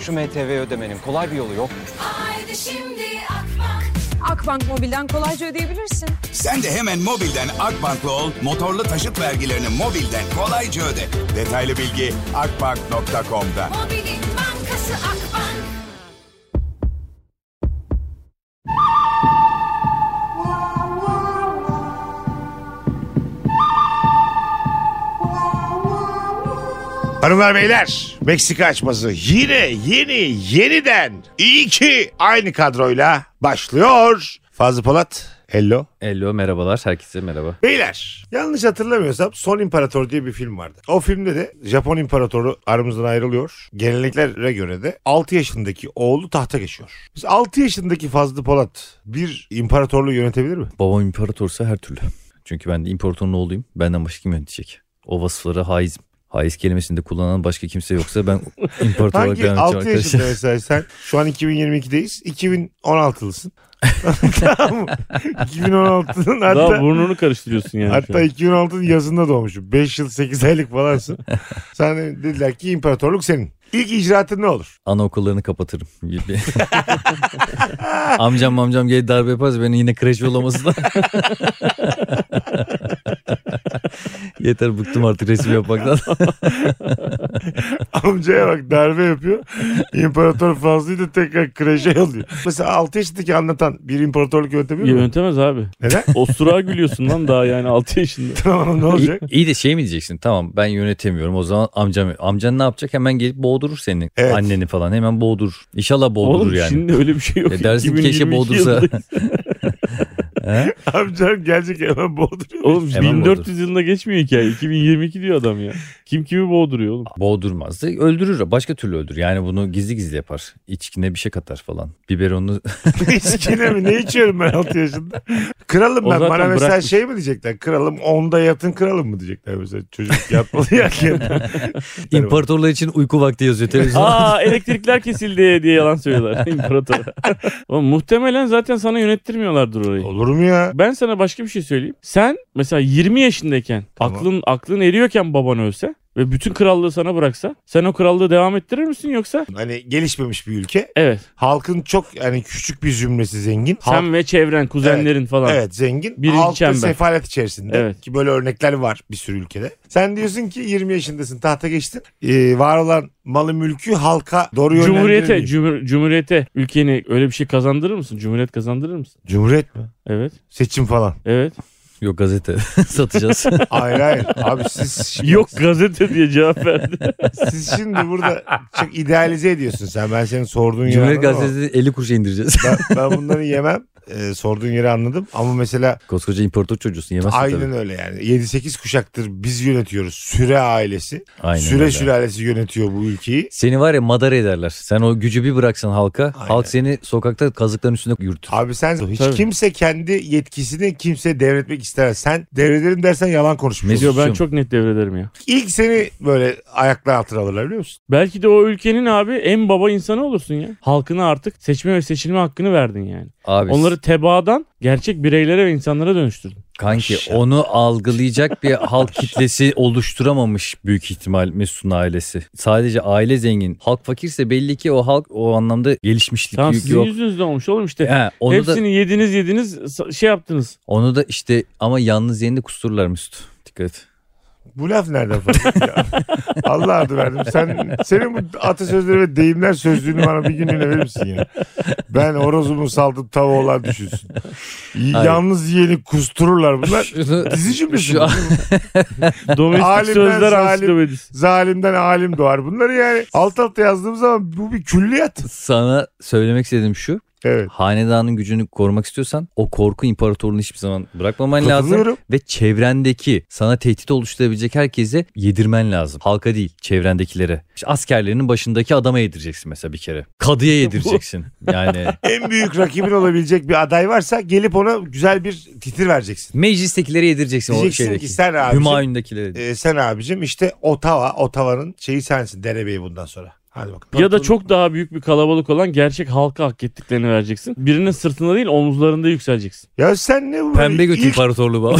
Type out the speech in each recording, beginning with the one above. Şu MTV ödemenin kolay bir yolu yok. mu? Haydi şimdi Akbank. Akbank Mobil'den kolayca ödeyebilirsin. Sen de hemen mobilden Akbank'la ol, motorlu taşıt vergilerini mobilden kolayca öde. Detaylı bilgi akbank.com'da. Mobilin bankası Akbank. Hanımlar beyler Meksika açması yine yeni yeniden iyi ki aynı kadroyla başlıyor. Fazlı Polat hello. Hello merhabalar herkese merhaba. Beyler yanlış hatırlamıyorsam Son İmparator diye bir film vardı. O filmde de Japon İmparatoru aramızdan ayrılıyor. Geleneklere göre de 6 yaşındaki oğlu tahta geçiyor. Biz 6 yaşındaki Fazlı Polat bir imparatorluğu yönetebilir mi? Babam imparatorsa her türlü. Çünkü ben de imparatorun oğluyum. Benden başka kim yönetecek? O vasıflara haizim. Haiz kelimesini de kullanan başka kimse yoksa ben imparator olarak Hangi devam 6 edeceğim yaşında arkadaşlar. mesela sen şu an 2022'deyiz. 2016'lısın. tamam mı? 2016'nın Daha hatta, burnunu karıştırıyorsun yani. şu hatta an. 2016'nın yazında doğmuşum. 5 yıl 8 aylık falansın. Sen de dediler ki imparatorluk senin. İlk icraatın ne olur? Anaokullarını kapatırım gibi. amcam amcam gelip darbe yaparsa beni yine kreş yollaması da. Yeter bıktım artık resim yapmaktan. Amcaya bak darbe yapıyor. İmparator Fazlı'yı da tekrar kreşe yolluyor. Mesela 6 yaşındaki anlatan bir imparatorluk yönetemiyor mu? Yönetemez abi. Neden? Osturağa gülüyorsun lan daha yani 6 yaşında. tamam ne iyi, olacak? iyi de şey mi diyeceksin? Tamam ben yönetemiyorum. O zaman amcam amcan ne yapacak? Hemen gelip boğdurur seni. Evet. Anneni falan hemen boğdurur. İnşallah boğdurur Oğlum yani. şimdi öyle bir şey yok. Ya dersin ki 2022 keşke boğdursa. yılındayız. He? Amcam gelecek hemen boğduruyor. Oğlum Hemen 1400 yılına geçmiyor hikaye. 2022 diyor adam ya. Kim kimi boğduruyor oğlum. Boğdurmaz. Öldürür. Başka türlü öldürür. Yani bunu gizli gizli yapar. İçkine bir şey katar falan. Biberonu İçkine mi? Ne içiyorum ben 6 yaşında? Kralım O ben. Bana zaten mesela bırakmış. şey mi diyecekler? Kralım 10'da yatın kralım mı diyecekler mesela? Çocuk yatmalı ya. kendine. imparatorlar için uyku vakti yazıyor televizyonda. Aa elektrikler kesildi diye yalan söylüyorlar imparatora. Oğlum muhtemelen zaten sana yönettirmiyorlardır orayı. Olur mu ya? Ben sana başka bir şey söyleyeyim. Sen mesela 20 yaşındayken Tamam. aklın aklın eriyorken baban ölse ve bütün krallığı sana bıraksa sen o krallığı devam ettirir misin yoksa? Hani gelişmemiş bir ülke. Evet. Halkın çok yani küçük bir zümresi zengin. Halk- Sen ve çevren, kuzenlerin falan. Evet zengin. Birinci Halk da çember. sefalet içerisinde. Evet. Ki böyle örnekler var bir sürü ülkede. Sen diyorsun ki 20 yaşındasın tahta geçtin. Ee, var olan malı mülkü halka doğru Cumhuriyete, yönlendirilmiyor. cumhur- cumhuriyete ülkeni öyle bir şey kazandırır mısın? Cumhuriyet kazandırır mısın? Cumhuriyet mi? Evet. Seçim falan. Evet. Yok gazete satacağız. Hayır hayır. Abi siz şimdi- Yok gazete diye cevap verdi. Siz şimdi burada çok idealize ediyorsun sen. Ben senin sorduğun yeri Cumhuriyet anladım gazetesi 50 kuruşa indireceğiz. ama Ben, ben bunları yemem. Ee, sorduğun yeri anladım. Ama mesela Koskoca imparator çocuğusun yemezsin aynen tabii. öyle yani. 7-8 kuşaktır biz yönetiyoruz. Süre ailesi. Aynen süre öyle. sülalesi yönetiyor bu ülkeyi. Seni var ya madara ederler. Sen o gücü bir bıraksan halka. Aynen. Halk seni sokakta kazıkların üstünde yürütür. Abi sen hiç Tabii. kimse kendi yetkisini kimseye devretmek istemez. Sen devrederim dersen yalan konuşmuyorsun. Mesut- Yo, ben Susuyorum. çok net devrederim ya. İlk seni böyle ayaklar altına alırlar biliyor musun? Belki de o ülkenin abi en baba insanı olursun ya. Halkına artık seçme ve seçilme hakkını verdin yani. Abi Onları tebaadan gerçek bireylere ve insanlara dönüştürdün. Kanki onu algılayacak bir halk kitlesi oluşturamamış büyük ihtimal Mesut'un ailesi. Sadece aile zengin. Halk fakirse belli ki o halk o anlamda gelişmişlik Tamam yük sizin yok. yüzünüzden olmuş oğlum işte. He, onu da Hepsini yediniz yediniz sa- şey yaptınız. onu da işte ama yalnız yerinde kustururlar Mesut. Dikkat et. Bu laf nereden fazla? ya? Allah adı verdim. Sen, senin bu atasözleri ve deyimler sözlüğünü bana bir günlüğüne verir misin ya? Ben horozumu saldım tava olan düşünsün. Y- Hayır. Yalnız yiyeni kustururlar bunlar. Şunu- Dizi cümlesi. Şu bu. an- Domestik Alimden sözler zalim. ansiklopedisi. Zalimden alim doğar. Bunları yani alt alta yazdığım zaman bu bir külliyat. sana söylemek istediğim şu. Evet. Hanedanın gücünü korumak istiyorsan o korku imparatorluğunu hiçbir zaman bırakmaman lazım. Katılıyorum. Ve çevrendeki sana tehdit oluşturabilecek herkese yedirmen lazım. Halka değil çevrendekilere. İşte askerlerinin başındaki adama yedireceksin mesela bir kere. Kadıya yedireceksin. Yani en büyük rakibin olabilecek bir aday varsa gelip ona güzel bir titir vereceksin. meclistekilere yedireceksin o Diyeceksin şeydeki. ki sen abicim, Ee, Hümayun'dakilere. e, sen abicim işte Ottawa, Ottawa'nın şeyi sensin derebeyi bundan sonra. Hadi bakalım. Ya da çok daha büyük bir kalabalık olan gerçek halka hak ettiklerini vereceksin. Birinin sırtında değil omuzlarında yükseleceksin. Ya sen ne bu? Pembe böyle götü ilk, imparatorluğu baba.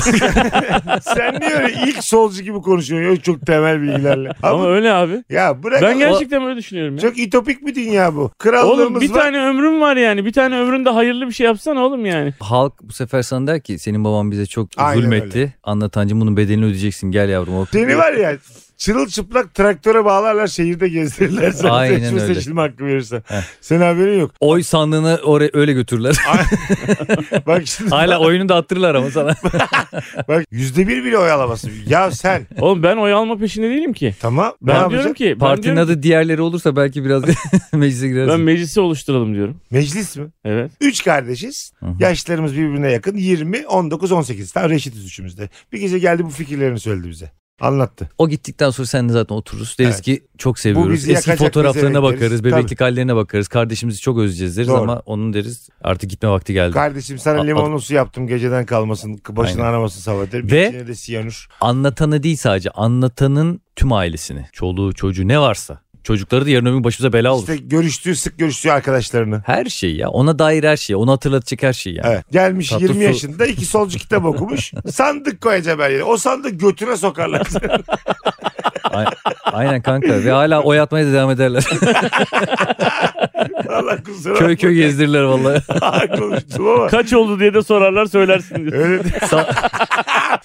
sen niye öyle ilk solcu gibi konuşuyorsun? Yok çok temel bilgilerle. Ama, Ama öyle abi. ya bırak. Ben gerçekten böyle düşünüyorum ya. Çok ütopik bir dünya bu. Krallığımız Oğlum bir var. tane ömrüm var yani. Bir tane ömründe hayırlı bir şey yapsana oğlum yani. Halk bu sefer sana der ki senin baban bize çok Aynen zulmetti. Anlatancım bunun bedelini ödeyeceksin gel yavrum. O- Seni var ya çırılçıplak traktöre bağlarlar şehirde gezdirirler. Sen Aynen seçme öyle. seçilme hakkı verirsen. Heh. Senin haberin yok. Oy sandığını oraya öyle götürürler. Bak şimdi Hala oyunu da attırırlar ama sana. bak yüzde bir bile oy alamazsın. Ya sen Oğlum ben oy alma peşinde değilim ki. tamam ne Ben diyorum yapacaksın? ki ben, Partinin diyorum, adı diğerleri olursa belki biraz meclise girersin. ben meclisi oluşturalım diyorum. Meclis mi? Evet. Üç kardeşiz. Hı hı. Yaşlarımız birbirine yakın. 20, 19, 18. Tam reşitiz üçümüzde. Bir gece geldi bu fikirlerini söyledi bize. Anlattı. O gittikten sonra seninle zaten otururuz. Deriz Evet. ki çok Bu seviyoruz. bizi Eski yakacak, bizi fotoğraflarına bekleriz. bakarız, Tabii. bebeklik hallerine bakarız. Kardeşimizi çok özleyeceğiz deriz Doğru. ama onun deriz artık gitme vakti geldi. Kardeşim sana A- limonlu su yaptım geceden kalmasın. Başını aramasın sabah derim. Ve- İçine de siyanür. Anlatanı değil sadece anlatanın tüm ailesini. Çoluğu çocuğu ne varsa. Çocukları da yarın öbür gün başımıza bela olur. İşte görüştüğü sık görüştüğü arkadaşlarını. Her şey ya ona dair her şey. Onu hatırlatacak her şey yani. Evet. Gelmiş Tatlı 20 su- yaşında iki solcu kitap okumuş. Sandık koyacağım her yere. O sandık götüne sokarlar. A- Aynen kanka ve hala oy atmaya da devam ederler. Allah kusura köy köy gezdirirler vallahi. bakma. konuştum ama. Kaç oldu diye de sorarlar söylersin diyor. Öyle Sa-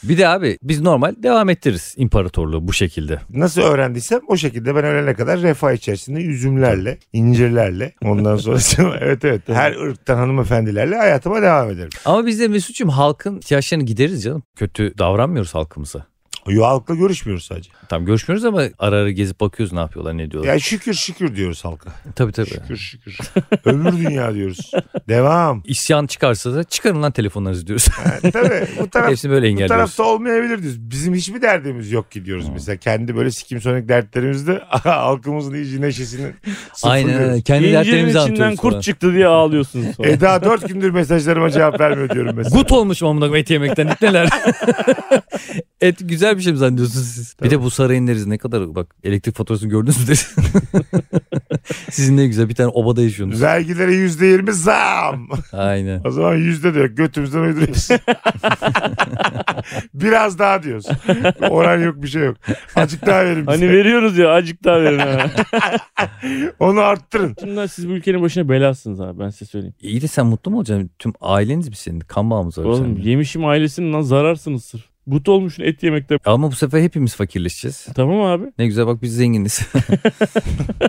bir de abi biz normal devam ettiririz imparatorluğu bu şekilde. nasıl öğrendiysem o şekilde ben ölene kadar refah içerisinde üzümlerle, incirlerle ondan sonra evet evet her ırktan hanımefendilerle hayatıma devam ederim. Ama biz de Mesut'cum halkın ihtiyaçlarını gideriz canım. Kötü davranmıyoruz halkımıza. Yo halkla görüşmüyoruz sadece. Tam görüşmüyoruz ama ara ara gezip bakıyoruz ne yapıyorlar ne diyorlar. Ya şükür şükür diyoruz halka. tabii tabii. Şükür şükür. Ömür dünya diyoruz. Devam. İsyan çıkarsa da çıkarın lan telefonlarınızı diyoruz. Yani tabii bu taraf Hepsini böyle bu engelliyoruz. tarafta olmayabilir diyoruz. Bizim hiçbir derdimiz yok ki diyoruz mesela. Kendi böyle sikim sonik dertlerimizde halkımızın iyice neşesini Aynen sıfırlıyoruz. öyle. Kendi İncirin dertlerimizi içinden anlatıyoruz kurt falan. çıktı diye ağlıyorsunuz sonra. Eda dört gündür mesajlarıma cevap vermiyor diyorum mesela. Gut olmuş amına koyayım et yemekten neler. et güzel bir şey mi zannediyorsunuz siz? Bir de bu sarayın deriz ne kadar bak elektrik faturasını gördünüz mü deriz. Sizin ne güzel bir tane obada yaşıyorsunuz. Vergilere yüzde yirmi zam. Aynen. O zaman yüzde de yok. Götümüzden uyduruyoruz. Biraz daha diyoruz. Oran yok bir şey yok. Azıcık daha verin bize. Hani veriyoruz ya acık daha verin. ha. Onu arttırın. Bunlar siz bu ülkenin başına belasınız abi ben size söyleyeyim. İyi de sen mutlu mu olacaksın? Tüm aileniz mi senin? Kan bağımız var Oğlum seninle. yemişim ailesinin lan zararsınız sırf. But olmuşsun et yemekte. Ama bu sefer hepimiz fakirleşeceğiz. Tamam abi. Ne güzel bak biz zenginiz.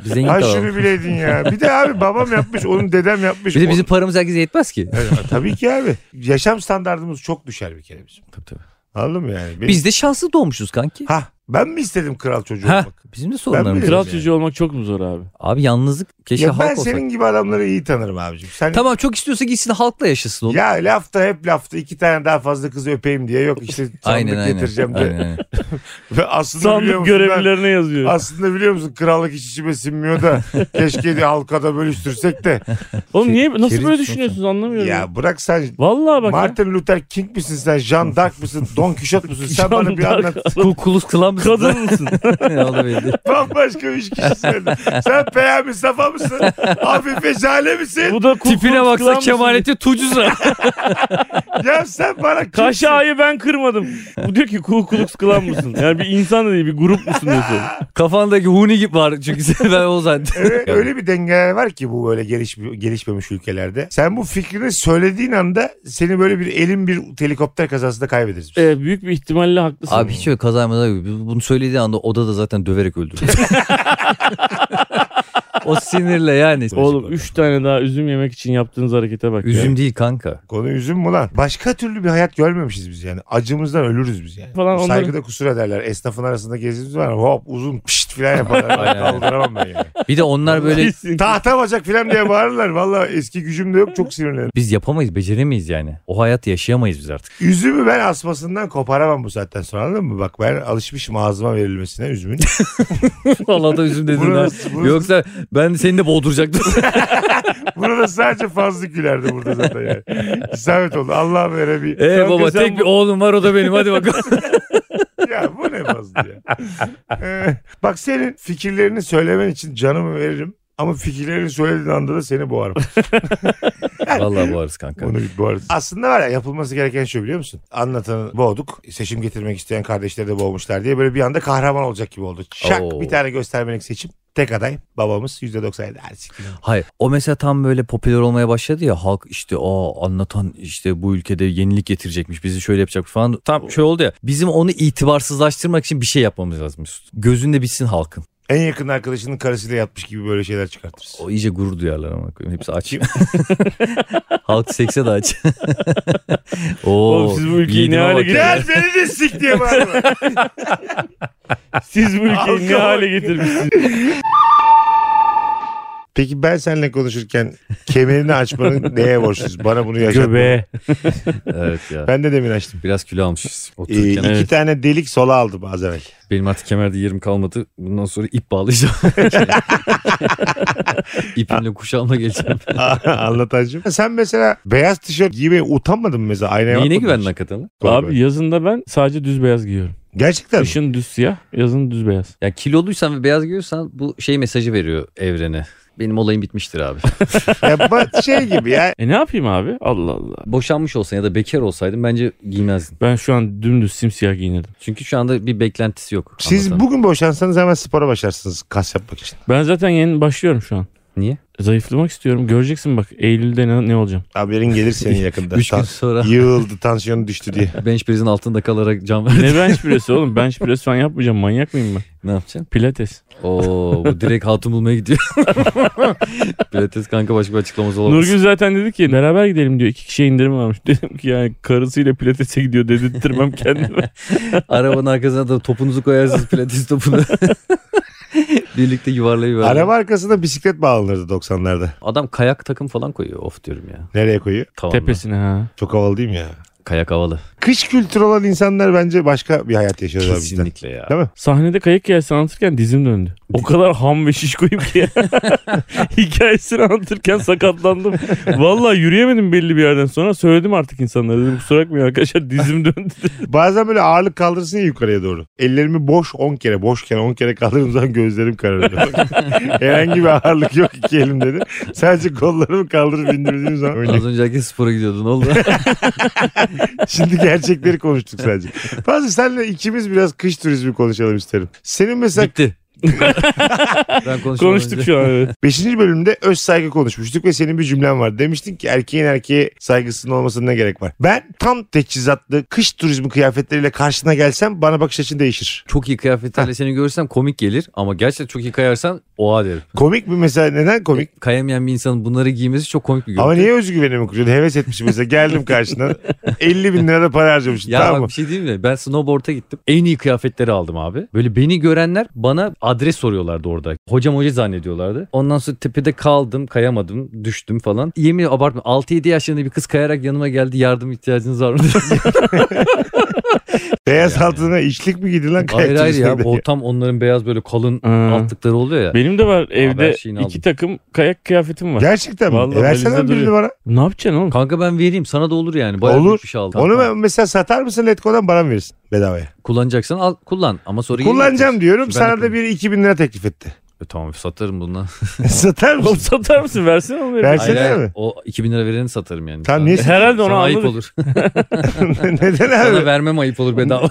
biz zengin Ha kalalım. şunu bileydin ya. şey Bir de abi babam yapmış, onun dedem yapmış. Bir de bizim paramız herkese yetmez ki. Evet, tabii ki abi. Yaşam standartımız çok düşer bir kere bizim. Tabii, tabii. Anladın mı yani? Benim... Biz de şanslı doğmuşuz kanki. Ha ben mi istedim kral çocuğu Ha, şey olmak? bizim de bilirim. sorunlarımız var. Kral yani. çocuğu olmak çok mu zor abi? Abi yalnızlık keşke Ya ben halk olsak. senin gibi adamları iyi tanırım abicim. Sen Tamam çok istiyorsa gitsin halkla yaşasın oğlum. ya lafta hep lafta iki tane daha fazla kız öpeyim diye yok işte sandık aynen aynen. getireceğim de. aynen, aynen. Ve aslında biliyor Sandık musun ben- görevlilerine yazıyor. Aslında biliyor musun krallık hiç içime sinmiyor da keşke de halka da bölüştürsek de. şey, Oğlum niye Keri- nasıl böyle keriz düşünüyorsunuz anlamıyorum. Ya. Ya bırak sen Vallahi bak ya. Martin Luther King misin sen? Jean d'Arc mısın? Don Quixote musun? Sen bana bir Jean anlat. Kul kulus kılan mısın? Kadın mısın? Ne oldu belli. Bambaşka üç kişi söyledin. Sen Peyami Safa mısın? Afife Jale misin? Bu da kul Tipine Klux Klan baksak mısın? kemaleti tucuzra. Ya sen bana kimsin? Kaşağı'yı ben kırmadım. Bu diyor ki Ku Klux Klan mısın? Yani bir insan da değil bir grup musun diyorsun. Kafandaki huni gibi var çünkü sen ben o zaten. Öyle, Ee, öyle bir dengeler var ki bu böyle gelişme, gelişmemiş ülkelerde. Sen bu fikrini söylediğin anda seni böyle bir elin bir helikopter kazasında kaybederiz. biz. Ee, büyük bir ihtimalle haklısın. Abi hiç öyle kazaymadan gibi. Bunu söylediği anda odada zaten döverek öldürür. o sinirle yani. Oğlum 3 tane daha üzüm yemek için yaptığınız harekete bak. ya. Üzüm değil kanka. Konu üzüm mü lan? Başka türlü bir hayat görmemişiz biz yani. Acımızdan ölürüz biz yani. Falan onların- Saygıda kusur ederler. Esnafın arasında gezdiğimiz var. Hop uzun pişt filan yaparlar. Aynen. Kaldıramam ben yani. Bir de onlar böyle Kesin. Tahta bacak filan diye bağırırlar. Valla eski gücüm de yok çok sinirlenirim. biz yapamayız, beceremeyiz yani. O hayatı yaşayamayız biz artık. Üzümü ben asmasından koparamam bu saatten sonra anladın mı? Bak ben alışmışım ağzıma verilmesine üzümün. Vallahi da üzüm dedin ha. Burası- burası- Yoksa ben seni de boğduracaktım. Burada sadece fazla gülerdi burada zaten yani. İsabet oldu. Allah vere bir. Ee Kanka baba sen tek bu- bir oğlum var o da benim hadi bakalım. ya bu ne fazla ya. Ee, bak senin fikirlerini söylemen için canımı veririm. Ama fikirlerini söylediğin anda da seni boğarım. Vallahi boğarız kanka. Onu bir boğarız. Aslında var ya yapılması gereken şu biliyor musun? Anlatanı boğduk. Seçim getirmek isteyen kardeşleri de boğmuşlar diye böyle bir anda kahraman olacak gibi oldu. Şak Oo. bir tane göstermelik seçim. Tek aday babamız %97. Her siktir. Hayır o mesela tam böyle popüler olmaya başladı ya halk işte o anlatan işte bu ülkede yenilik getirecekmiş bizi şöyle yapacak falan tam şöyle oldu ya bizim onu itibarsızlaştırmak için bir şey yapmamız lazım Mesut. Gözünde bitsin halkın. En yakın arkadaşının karısıyla yatmış gibi böyle şeyler çıkartırsın. O iyice gurur duyarlar ama koyayım. hepsi aç. Halk sekse de aç. Oo, Oğlum siz bu ülkeyi yiğidime ne hale bak ya. Gel beni de sik diye bağırma. Siz bu Halka ülkeyi ne bak. hale getirmişsiniz? Peki ben seninle konuşurken kemerini açmanın neye borçluyuz? Bana bunu yaşat. Göbeğe. Evet ya. Ben de demin açtım. Biraz kilo almışız. Ee, Otururken iki evet. tane delik sola aldım az evvel. benim artık kemerde yerim kalmadı. Bundan sonra ip bağlayacağım. İpimle kuşağıma geleceğim. Anlatancım. Sen mesela beyaz tişört giymeye utanmadın mı mesela? Aynaya Neyine bakmadın güvendin mı? hakikaten? lan? Abi yazında ben sadece düz beyaz giyiyorum. Gerçekten mi? Kışın düz siyah, yazın düz beyaz. Ya kiloluysan ve beyaz giyiyorsan bu şey mesajı veriyor evrene. Benim olayım bitmiştir abi. Ya ba- şey gibi ya. E ne yapayım abi? Allah Allah. Boşanmış olsan ya da bekar olsaydın bence giymezdin. Ben şu an dümdüz simsiyah giyinirdim. Çünkü şu anda bir beklentisi yok. Siz anlatan. bugün boşansanız hemen spora başlarsınız kas yapmak için. Ben zaten yeni başlıyorum şu an. Niye? Zayıflamak istiyorum. Göreceksin bak Eylül'de ne, ne olacağım. Haberin gelir senin yakında. Üç gün Tan- sonra Yığıldı tansiyonu düştü diye. bench press'in altında kalarak can verdi. Ne bench press'i oğlum? Bench press falan yapmayacağım. Manyak mıyım ben? ne yapacaksın? Pilates. Oo bu direkt hatun bulmaya gidiyor. Pilates kanka başka bir açıklaması olamaz. Nurgül zaten dedi ki beraber gidelim diyor. İki kişiye indirim varmış. Dedim ki yani karısıyla pilatese gidiyor dedirttirmem kendime. Arabanın arkasına da topunuzu koyarsınız pilates topunu. Birlikte yuvarlayıver. Araba arkasında bisiklet bağlanırdı 90'larda. Adam kayak takım falan koyuyor. Of diyorum ya. Nereye koyuyor? Tamam. Tepesine ha. Çok havalı değil mi ya? Kayak havalı. Kış kültürü olan insanlar bence başka bir hayat yaşıyorlar bizden. Kesinlikle ya. Değil mi? Sahnede kayak hikayesi anlatırken dizim döndü. O kadar ham ve şişkoyum ki. Hikayesini anlatırken sakatlandım. Vallahi yürüyemedim belli bir yerden sonra. Söyledim artık insanlara. Dedim kusura bakmayın arkadaşlar dizim döndü. Bazen böyle ağırlık kaldırırsın ya yukarıya doğru. Ellerimi boş 10 kere, boşken 10 kere kaldırdığım zaman gözlerim kararıyor. Herhangi bir ağırlık yok iki elimde de. Sadece kollarımı kaldırıp indirdiğim zaman öyle. Az önce herkes spora gidiyordu. Ne oldu? Şimdi gerçekleri konuştuk sadece. Fazla senle ikimiz biraz kış turizmi konuşalım isterim. Senin mesela Bitti. ben konuşmadan Konuştuk önce- şu an evet. 5. bölümde öz saygı konuşmuştuk ve senin bir cümlen var. Demiştin ki erkeğin erkeğe saygısının olmasına ne gerek var? Ben tam teçhizatlı kış turizmi kıyafetleriyle karşına gelsem bana bakış açın değişir. Çok iyi kıyafetlerle seni görürsem komik gelir ama gerçekten çok iyi kayarsan oha derim. Komik mi mesela? Neden komik? Kayamayan bir insanın bunları giymesi çok komik bir görüntü. Ama niye özgüvenimi kuruyorsun? Heves etmişim mesela. Geldim karşına. 50 bin lira da para harcamışım. Ya tamam bak mı? bir şey diyeyim mi? Ben snowboard'a gittim. En iyi kıyafetleri aldım abi. Böyle beni görenler bana adres soruyorlardı orada. Hocam hoca zannediyorlardı. Ondan sonra tepede kaldım, kayamadım, düştüm falan. Yemin abartma 6-7 yaşlarında bir kız kayarak yanıma geldi. Yardım ihtiyacınız var mı? dedi. Beyaz altına işlik mi giydin lan? hayır hayır ya. Kayak O tam onların beyaz böyle kalın Ha. altlıkları oluyor ya. Benim de var evde her şeyini aldım. iki takım kayak kıyafetim var. Gerçekten mi? Vallahi E, versene valizde birini duruyor. bana. Ne yapacaksın oğlum? Kanka ben vereyim sana da olur yani. Bayağı Olur. büyük bir şey aldım. Onu ben mesela satar mısın Letgo'dan bana mı verirsin bedavaya? Kullanacaksan al kullan ama sonra yeni Kullanacağım yapacaksın. diyorum. Ben Sana de da biri 2000 lira teklif etti. E, tamam satarım bundan. satar Oğlum mısın? satar mısın? Versene oğlum. Ver. Ver. Versene Hayır, hayır. mi? O 2000 lira vereni satarım yani. Tamam, Sana- niye Herhalde onu Sana ayıp anladık. olur. Neden Sana abi? vermem ayıp olur bedava.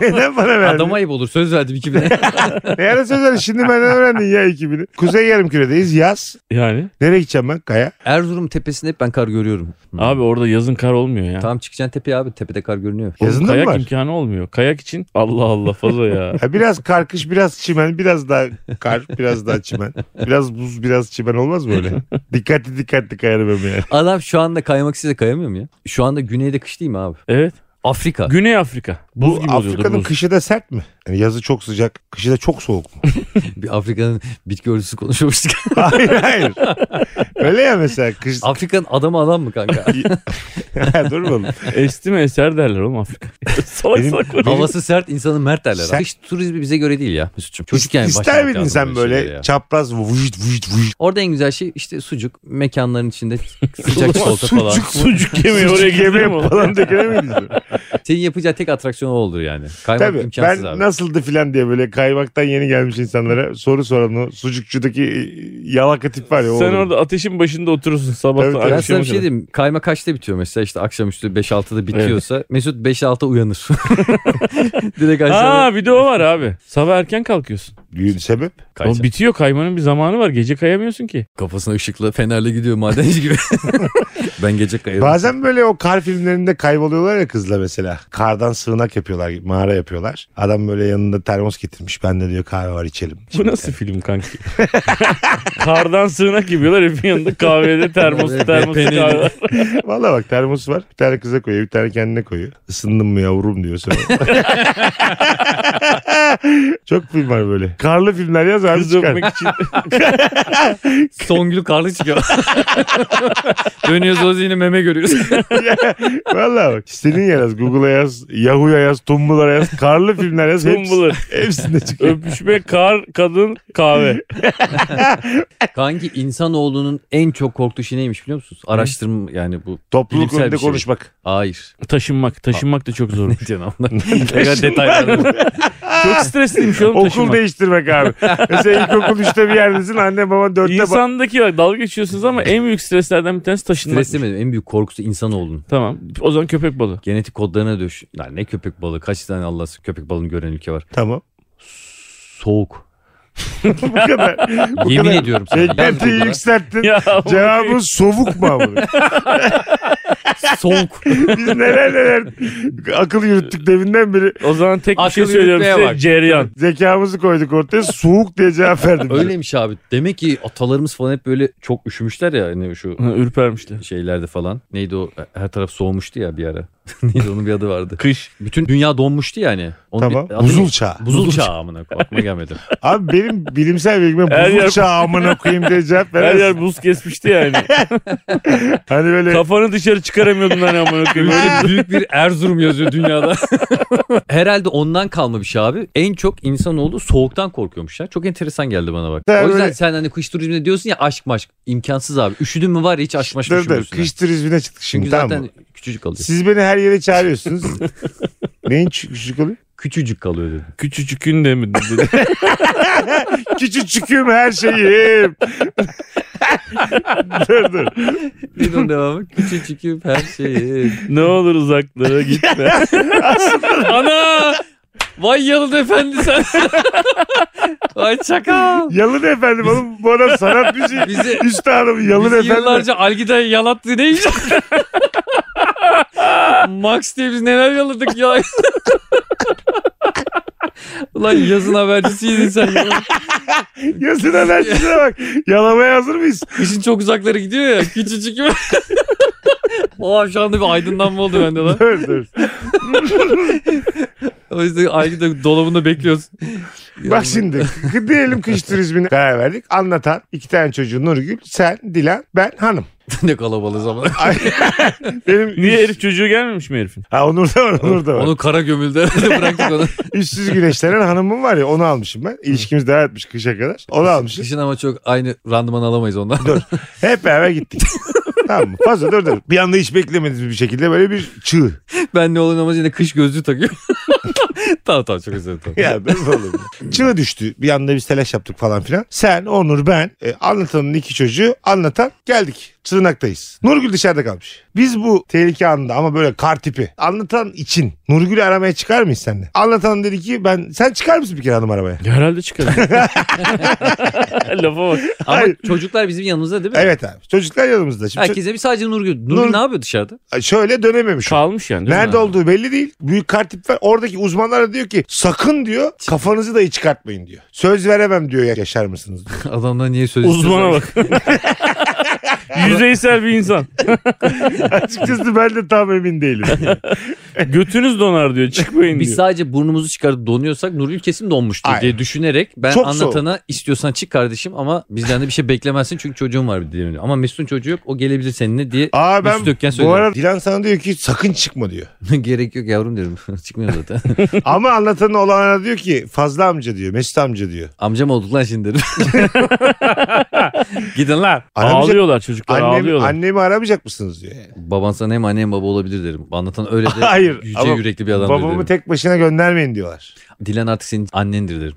Neden bana verdin? Adama ayıp olur. Söz verdim 2000 lira. Ne ara söz verdin? Şimdi benden öğrendin ya 2000'i. Kuzey Yarımküre'deyiz. Yaz. Yani. Nereye gideceğim ben? Kaya. Erzurum tepesinde hep ben kar görüyorum. Abi orada yazın kar olmuyor ya. Tamam çıkacaksın tepeye abi. Tepede kar görünüyor. Oğlum Yazında mı kayak var? imkanı olmuyor. Kayak için Allah Allah fazla ya. Ha, biraz karkış, biraz çimen, biraz daha kar, biraz daha çimen. Biraz buz, biraz çimen olmaz mı öyle? dikkatli dikkatli kayarım ben yani. Adam şu anda kaymak size kayamıyor mu ya? Şu anda güneyde kış değil mi abi? Evet. Afrika. Güney Afrika. Buz gibi oluyordur Afrika'nın buz. kışı da sert mi? Yani yazı çok sıcak, kışı da çok soğuk mu? Bir Afrika'nın bitki örtüsü konuşmuştuk. hayır hayır. Öyle ya mesela kış... Afrika'nın adamı adam mı kanka? Dur oğlum. Esti mi eser derler oğlum Afrika. Salak Benim- salak konuş- Havası sert insanı mert derler. Sen- Hiç turizmi bize göre değil ya Mesut'cum. Çocukken İster başlamak miydin lazım sen şeylere böyle ya. çapraz vujit vujit vujit. Orada en güzel şey işte sucuk. Mekanların içinde sıcak salata falan. Sucuk yemeği oraya gidiyor mu? falan dökememiyorsun. Senin yapacağı tek atraksiyon o olur yani. Kaymak Tabii imkansız ben abi. nasıldı filan diye böyle kaymaktan yeni gelmiş insanlara soru soran o sucukçudaki e, yalaka tip var ya. o Sen olur. orada ateşin başında oturursun sabahtan Tabii, tabii. Ben akşama sana bir şey kadar. diyeyim. Kayma kaçta bitiyor mesela? İşte akşamüstü 5-6'da bitiyorsa Mesut 5-6 uyanır. Direkt aşağıda. Ha bir de o var abi. Sabah erken kalkıyorsun. Düğün sebep. Kayacak. Oğlum bitiyor kaymanın bir zamanı var. Gece kayamıyorsun ki. Kafasına ışıklı fenerle gidiyor madenci gibi. ben gece kayarım. Bazen böyle o kar filmlerinde kayboluyorlar ya kızla mesela. Kardan sığınak yapıyorlar, mağara yapıyorlar. Adam böyle yanında termos getirmiş. Bende diyor kahve var içelim. Bu nasıl film kanki? Kardan sığınak gibiyorlar hepin yanında kahvede termos Ve- ve termos peynir. kahve var. Valla bak termos var. Bir tane kıza koyuyor, bir tane kendine koyuyor. Isındın mı yavrum diyor sonra. Çok film var böyle. Karlı filmler yaz abi Kız çıkar. öpmek için. Songül karlı çıkıyor. Dönüyorsunuz yine meme görüyorsun. Valla bak. İstediğin yer yaz. Google'a yaz. Yahoo'ya yaz. Tumbler'a yaz. Karlı filmler yaz. hepsi- Tumblr. hepsinde çıkıyor. Öpüşme, kar, kadın, kahve. Kanki insanoğlunun en çok korktuğu şey neymiş biliyor musunuz? Araştırma yani bu. Topluluk Bilimsel önünde bir şey. konuşmak. Hayır. Taşınmak. Taşınmak da çok zor. Ne diyorsun abla? Ne kadar detaylı. çok stresliymiş oğlum Okul taşınmak. değiştirmek abi. Mesela ilkokul 3'te bir yerdesin. Anne baban 4'te ba- İnsandaki bak dalga geçiyorsunuz ama en büyük streslerden bir tanesi taşınmak. şey. Stres demedim. En büyük korkusu insanoğlunun. Tamam. O zaman köpek balığı. Genetik kodlarına düş. Lan ne köpek balığı? Kaç tane Allah'sı köpek balığını gören ülke var? Tamam. Soğuk. Bu kadar. Bu Yemin kadar. ediyorum sana. Yaz Beklentiyi Google'a. yükselttin. Ya, Cevabın soğuk mu abi? Soğuk. Biz neler neler akıl yürüttük devinden beri. O zaman tek bir Akıl şey söylüyorum yürütmeye size. bak. Ceryan. Zekamızı koyduk ortaya soğuk diye cevap verdim. Öyleymiş abi. Demek ki atalarımız falan hep böyle çok üşümüşler ya hani şu Ha, Ürpermişti. şeylerde falan. Neydi o? E, Her taraf soğumuştu ya bir ara. Neydi onun bir adı vardı. Kış. Bütün dünya donmuştu yani. Onun Tamam. bir adı Buzul ne? çağı. Buzul çağı amına koyayım. Aklıma gelmedi. Abi benim bilimsel bilgime Her buzul yer- çağı amına koyayım diye cevap Her veremezsin. yer buz kesmişti yani. Hani böyle Kafanı dışarı çıkaramıyordun hani amına koyayım. Öyle Böyle büyük bir Erzurum yazıyor dünyada. Herhalde ondan kalma bir şey abi. En çok insanoğlu soğuktan korkuyormuş ya. Çok enteresan geldi bana bak. Ya o yüzden böyle- sen hani kış turizminde diyorsun ya aşk maşk. imkansız abi. Üşüdün mü var ya hiç aşk maşk dur dur üşümüyorsun. ha. kış turizmine çıktık şimdi Çünkü tamam zaten mı? küçücük kalıyor. Siz beni her yere çağırıyorsunuz. Neyin çü- küçük oluyor? Küçücük kalıyor dedim. Küçücükün de mi? Küçük çüküm her şeyim. dur dur. Bir de onun devamı küçücüküm her şey. şeyi. ne olur uzaklara gitme. Ana! Vay yalın efendi sen. Vay çakal. Yalın efendim oğlum bu adam sanat müziği. Bizi, Üstadım yalın bizi efendim. yıllarca algida yalattı ne iş? Max diye biz neler yaladık ya. Ulan yazın habercisiydin sen. ya. Yazın enerjisine bak. Yalamaya hazır mıyız? Kışın çok uzaklara gidiyor ya. Küçücük gibi. Oha şu anda bir aydınlanma oldu bende lan. dur dur. O yüzden algida dolabında bekliyoruz. Bak şimdi k- diyelim kış turizmine karar verdik. Anlatan iki tane çocuğu Nurgül, sen, Dilan, ben hanım. ne kalabalığız ama. Benim Niye herif çocuğu gelmemiş mi herifin? Ha Onur da var, Onur da var. Onu kara gömüldü herhalde bıraktık onu. Üstsüz güneşlenen hanımım var ya onu almışım ben. İlişkimiz devam etmiş kışa kadar. Onu almışım. Kışın ama çok aynı randıman alamayız ondan. Hep beraber gittik. tamam mı? Fazla dur dur. Bir anda hiç beklemediğimiz bir şekilde böyle bir çığ. ben ne olur namaz yine kış gözlüğü takıyorum. tamam tamam çok özür dilerim. tamam. Ya dur oğlum. Çığ düştü. Bir anda biz telaş yaptık falan filan. Sen, Onur, ben, e, anlatanın iki çocuğu, anlatan geldik. Sığınaktayız. Nurgül dışarıda kalmış. Biz bu tehlike anında ama böyle kar tipi. Anlatan için Nurgül'ü aramaya çıkar mıyız seninle? Anlatan dedi ki ben sen çıkar mısın bir kere hanım arabaya? Ya herhalde çıkar. Lafa bak. Ama Hayır. çocuklar bizim yanımızda değil mi? Evet abi. Çocuklar yanımızda. Şimdi Herkese bir sadece Nurgül. Nurgül Nur- ne yapıyor dışarıda? ço- şöyle dönememiş. Kalmış yani. değil mi? Nerede olduğu belli değil. Büyük kar tipi var. Oradaki uzmanlar da diyor ki sakın diyor kafanızı da iyi çıkartmayın diyor. Söz veremem diyor ya- yaşar mısınız diyor. Adamdan niye söz Uzmana bak. Yüzeysel bir insan. Açıkçası ben de tam emin değilim. Götünüz donar diyor. Çıkmayın Biz diyor. sadece burnumuzu çıkarıp donuyorsak Nurgül kesin donmuştur Aynen. diye düşünerek ben Çok anlatana istiyorsan çık kardeşim ama bizden de bir şey beklemezsin çünkü çocuğum var bir diyelim. Ama Mesut'un çocuğu yok o gelebilir seninle diye Aa ben Mesut Ökken bu söylüyor. arada Dilan sana diyor ki sakın çıkma diyor. Gerek yok yavrum diyorum çıkmıyor zaten. Ama anlatan olana diyor ki Fazla amca diyor Mesut amca diyor. Amcam olduk lan şimdi derim. Gidin lan. Aramayacak- Ağlıyorlar çocuklar Annem, ağlıyorlar. annemi aramayacak mısınız diyor. yani. Baban sana hem anne hem baba olabilir derim. Anlatan öyle de Hayır, yüce ama yürekli bir adamdır Babamı derim. tek başına göndermeyin diyorlar. Dilan artık senin annendir derim.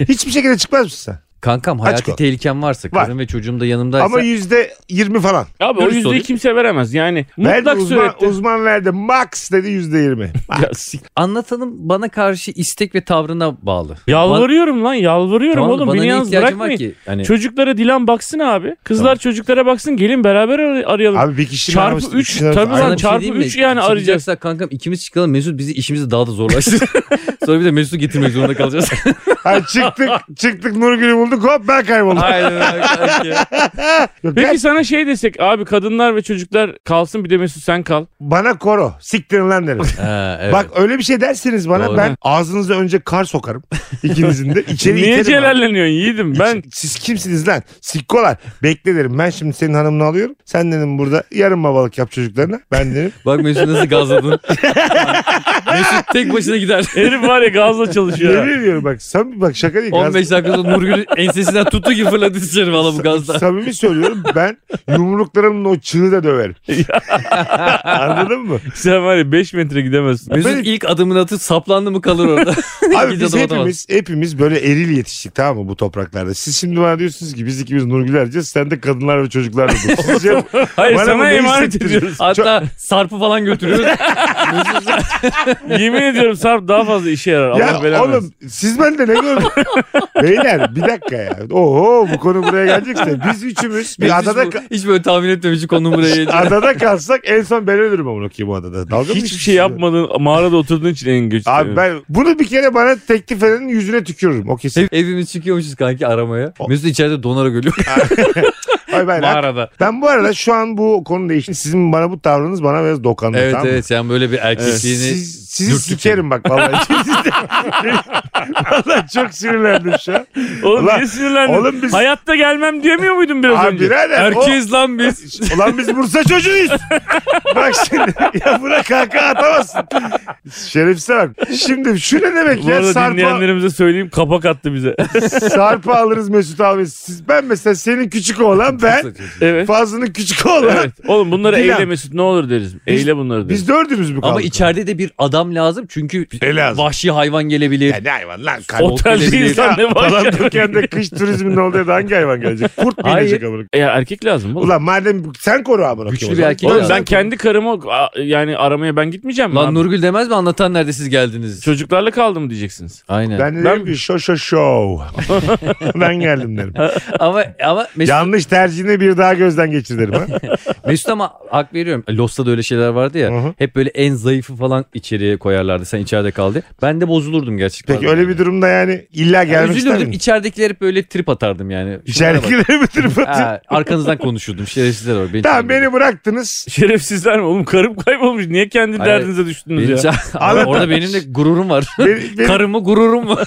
Hiçbir şekilde çıkmaz mısın sen? Kankam Aç hayati kol. tehlikem varsa Var. karım ve çocuğum da yanımdaysa Ama yüzde yirmi falan. Abi o Dürüst yüzdeyi olayım. kimse veremez. Yani Verdi mutlak uzman, surette. uzman verdi. Max dedi yüzde yirmi. Ya sik- anlatanın bana karşı istek ve tavrına bağlı. Yalvarıyorum lan yalvarıyorum Tamam da oğlum. bana Beni ne yalnız ihtiyacın var bırakmayın. ki? Hani Çocuklara Dilan baksın abi. Kızlar Tamam. çocuklara baksın. Gelin beraber ar- arayalım. Abi bir kişi Çarpı üç, tabii Sana lan. bir şey çarpı diyeyim mi? üç yani Çıkacaksak arayacağız. kankam ikimiz çıkalım Mesut bizi işimizi daha da zorlaştırır. Sonra bir de Mesut'u getirmek zorunda kalacağız. Ha, çıktık çıktık Nurgül'ü bulduk hop ben kayboldum. Yok, Peki gel- sana şey desek abi kadınlar ve çocuklar kalsın bir de Mesut sen kal. bana koro siktirin lan derim. Ha, evet. Bak öyle bir şey derseniz bana Doğru. ben ağzınıza önce kar sokarım ikinizin de. İçeri Niye iterim abi. celalleniyorsun yiğidim? Ben Siz kimsiniz lan? Sikkolar. Bekle derim. Ben şimdi senin hanımını alıyorum. Sen dedim burada yarın babalık yap çocuklarına. Ben dedim. Bak Mesut nasıl gazladın. Mesut tek başına gider. herif var ya gazla çalışıyor. Yemin ediyorum bak. Sen, bak şaka değil. Gaz- 15 dakika sonra Nurgül'ün ensesinden tuttu gibi fırladı dışarı valla bu gazda. Samimi söylüyorum ben yumruklarımla o çığı da döverim. Anladın mı? sen var ya 5 metre gidemezsin. Mesut Benim- ilk adımını atıp saplandı mı kalır orada. Abi şey biz Gideceğiz adam hepimiz, hepimiz böyle eril yetiştik tamam mı bu topraklarda. Siz şimdi bana diyorsunuz ki biz ikimiz Nurgül Erciyes sen de kadınlar ve çocuklar da bu. Sizce Hayır Bana bunu sana emanet hissettirin. ediyoruz. Hatta sarpı falan götürüyoruz. Yemin ediyorum Sarp daha fazla işe yarar. Allah ya belanı oğlum versin. siz bende ne gördünüz? Beyler bir dakika ya. Oho bu konu buraya gelecekse biz üçümüz bir Mesut adada hiç, ka- bu- hiç böyle tahmin etmemiş konum buraya geleceğini. adada kalsak en son ben ölürüm amına koyayım bu adada. Dalga mı Hiçbir geçiyorsun şey ya? yapmadığın mağarada oturduğun için en güçlü. Abi ben bunu bir kere bana teklif edenin yüzüne tükürürüm. O kesin. Hep, hepimiz çıkıyormuşuz kanki aramaya. O- Mesut içeride donara gülüyor Ay ben, mağarada. ben bu arada şu an bu konu değişti. Sizin bana bu tavrınız bana biraz dokandı. Evet tamam mı? evet sen böyle bir erkekliğini Siz, sizi dürttük sikerim bak vallahi. vallahi çok sinirlendim şu an. Oğlum Ulan- niye sinirlendin? Oğlum biz- Hayatta gelmem diyemiyor muydun biraz Abi önce? birader o- Erkeğiz lan biz. Ulan biz Bursa çocuğuyuz. bak şimdi ya buna kahkaha atamazsın. Şerefsize bak. Şimdi şu ne demek Bu ya arada sarpa, dinleyenlerimize söyleyeyim kapak attı bize. sarpa alırız Mesut abi. Siz, ben mesela senin küçük oğlan ben. evet. Fazlının küçük oğlan. evet. Oğlum bunları Dilan. eyle Mesut ne olur deriz. Eyle bunları deriz. Biz dördümüz bu kaldık? Ama içeride de bir adam lazım çünkü Ne lazım? vahşi hayvan gelebilir. Ya E ne hayvan lan kalp. Otelde Otelde insan ne var Falan ya? dükkanında kış turizminde olduğu yerde hangi hayvan gelecek? Kurt mu Hayır. gelecek amına? Ya erkek lazım oğlum. Ulan madem sen koru amına. Güçlü koyayım o bir zaman. erkek Oğlum lazım. ben kendi karımı a- yani aramaya ben gitmeyeceğim. Lan abi. Nurgül demez mi anlatan nerede siz geldiniz? Çocuklarla kaldım diyeceksiniz. Aynen. Ben de derim ki şo şo şo. ben geldim derim. ama ama Mesut, Yanlış tercihini bir daha gözden geçir derim. Ha? Mesut ama hak veriyorum. Lost'ta da öyle şeyler vardı ya. Hı hı. Hep böyle en zayıfı falan içeriye koyarlardı. Sen içeride kal diye. Ben de bozulurdum gerçekten. Peki öyle bir durumda yani illa gelmek ister Üzülürdüm. miydin? İçeridekileri hep böyle trip atardım yani. Şunlara bak. İçeridekileri mi trip atıyor? Ha, arkanızdan konuşurdum. Şerefsizler var. Beni Tamam çağırmadı. beni bıraktınız. Şerefsizler mi? Oğlum karım kaybolmuş. Niye kendi Hayır. derdinize düştünüz Beni ya? çağır- Ama Anlat- Orada benim de gururum var. Beni- beni- Karım mı gururum mu?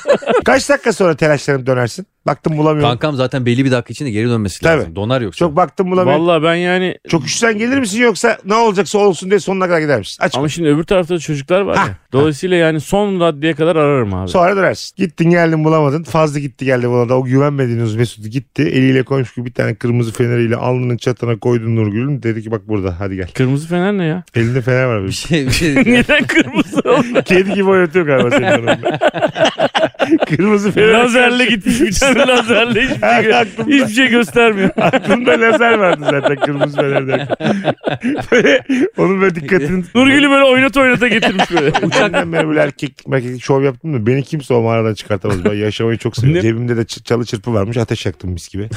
kaç dakika sonra telaşlanıp dönersin? Baktım bulamıyorum. Kankam zaten belli bir dakika içinde geri dönmesi Tabii. lazım. Donar yoksa. Çok baktım bulamıyorum. Vallahi ben yani Çok üşüsen gelir misin yoksa ne olacaksa olsun diye sonuna kadar gider misin? Aç. ama şimdi öbür tarafta da çocuklar var ya. Dolayısıyla yani son raddeye kadar ararım abi. Sonra dönersin. Gittin geldin bulamadın. Fazla gitti geldi bulamadı. O güvenmediğiniz Mesut gitti. Eliyle koymuş gibi bir tane kırmızı feneriyle alnının çatına koydun Nurgül'ün. Dedi ki bak burada hadi gel. Kırmızı fener ne ya? Elinde fener var. bir benim. şey, bir şey Neden kırmızı oldu? Kedi gibi oynatıyor galiba senin hanımın. Kırmızı fener. lazerle gitmiş bir tane lazerle hiçbir şey, gö- Aklımda. hiçbir şey göstermiyor. Aklımda lazer vardı zaten kırmızı fener derken. Böyle onun böyle dikkatini Nurgül'ü böyle oynata oynata getirmiş böyle. Uçaktan beri böyle erkek, erkek şov yaptım da beni kimse o mağaradan çıkartamaz. Ben yaşamayı çok seviyorum. Ne? Cebimde de ç- çalı çırpı varmış ateş yaktım mis gibi.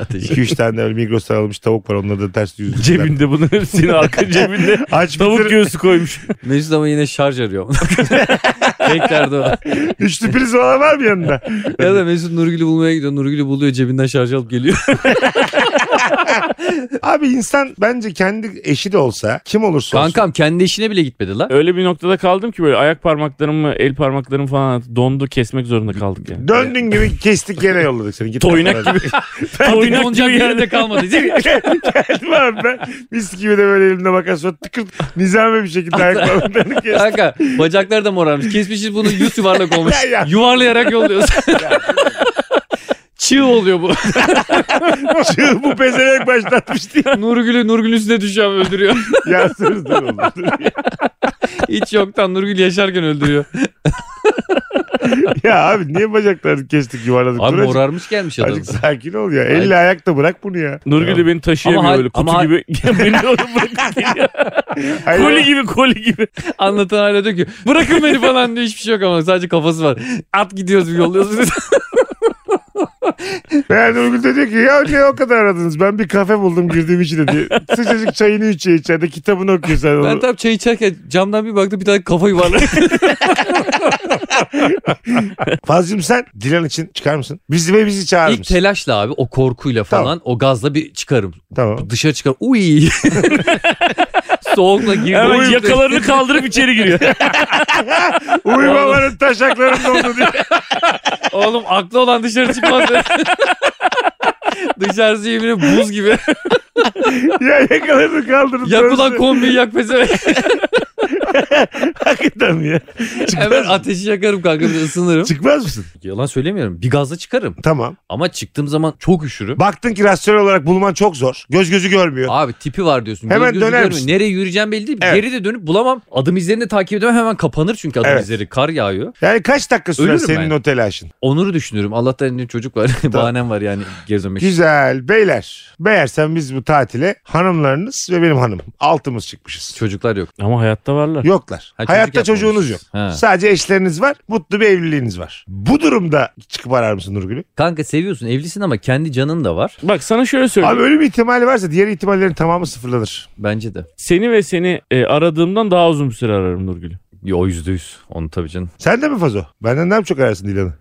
ateşi. 2-3 tane de öyle Migros'tan almış tavuk var onları da ters yüz. Cebinde bunun hepsini arka cebinde Aç tavuk bitir. göğsü koymuş. Mesut ama yine şarj arıyor. Beklerde o. Üçlü priz olan var mı yanında? Ya da Mesut Nurgül'ü bulmaya gidiyor. Nurgül'ü buluyor cebinden şarj alıp geliyor. Abi insan bence kendi eşi de olsa kim olursa olsun. Kankam kendi işine bile gitmedi lan. Öyle bir noktada kaldım ki böyle ayak parmaklarımı, el parmaklarım falan dondu kesmek zorunda kaldık yani. Döndün gibi kestik yere yolladık seni. Git Toynak gibi. Oynak Oyuncak gibi yerinde yani. kalmadı. Geldim abi ben. Mis gibi de böyle elimde makas var. Tıkır nizami bir şekilde ayaklarını kestim. Kanka bacakları da morarmış. Kesmişiz bunu yüz yuvarlak olmuş. Ya, ya. Yuvarlayarak yolluyoruz. Çığ oluyor bu. Çığ bu pezevenk başlatmış diye. Nurgül'ü Nurgül'ün üstüne düşüyor öldürüyor. Yansırız dur oğlum. Dur. Hiç yoktan Nurgül yaşarken öldürüyor. Ya abi niye bacaklarını kestik yuvarladık? Abi Dur azıcık- morarmış gelmiş adam. Azıcık sakin ol ya. Elle Hayır. ayakta bırak bunu ya. Nurgül'ü beni taşıyamıyor Ama hal- öyle kutu ama hal- gibi. beni oraya bırakıp geliyor. Hayır. koli gibi koli gibi. Anlatan hala diyor ki bırakın beni falan diyor hiçbir şey yok ama sadece kafası var. At gidiyoruz bir yolluyoruz. Yani Nurgül de diyor ki ya ne o kadar aradınız ben bir kafe buldum girdiğim içine diye. Sıcacık çayını içiyor içeride kitabını okuyor sen onu. ben tam çay içerken camdan bir baktım bir tane kafa yuvarlak. Fazlım sen Dilan için çıkar mısın? Biz ve bizi çağırır İlk mısın? telaşla abi o korkuyla falan Tamam. o gazla bir çıkarım. tamam. Dışarı çıkar. Uy. Soğukla girdi. Hemen Uy. yakalarını kaldırıp içeri giriyor. Uy babanın taşaklarım doldu diye. Oğlum aklı olan dışarı çıkmaz. Dışarısı yemin buz gibi. ya yakalarını kaldırın. Yak ulan dönsün. kombiyi yak mesela. Hakikaten ya. Hemen Çıkmaz, ateşi yakarım kanka bir ısınırım. çıkmaz mısın? Yalan söylemiyorum. Bir gazla çıkarım. Tamam. Ama çıktığım zaman çok üşürüm. Baktın ki rasyonel olarak bulman çok zor. Göz gözü görmüyor. Abi tipi var diyorsun. Göz Hemen gözü döner görmüyor. misin? Nereye yürüyeceğim belli değil. Evet. Geri de dönüp bulamam. Adım izlerini de takip edemem. Hemen kapanır çünkü adım Evet. izleri. Kar yağıyor. Yani kaç dakika sürer Ölürüm senin ben. o telaşın? Onur'u düşünüyorum. Allah'tan elinde çocuk var. Bahanem var yani geri dönmek için. Güzel. Beyler. Meğersem biz bu tatile hanımlarınız ve benim hanım. Altımız çıkmışız. Çocuklar yok. Ama hayatta varlar. Yoklar. Ha, çocuk Hayatta yapmamışız. çocuğunuz yok. Ha. Sadece eşleriniz var. Mutlu bir evliliğiniz var. Bu durumda çıkıp arar mısın Nurgül'ü? Kanka seviyorsun evlisin ama kendi canın da var. Bak sana şöyle söyleyeyim. Abi ölüm ihtimali varsa diğer ihtimallerin tamamı sıfırlanır. Bence de. Seni ve seni e, aradığımdan daha uzun bir süre ararım Nurgül'ü. Yo yüzde yüz. Onu tabii canım. Sen de mi Fazo? Benden daha mı çok ararsın Dilan'ı?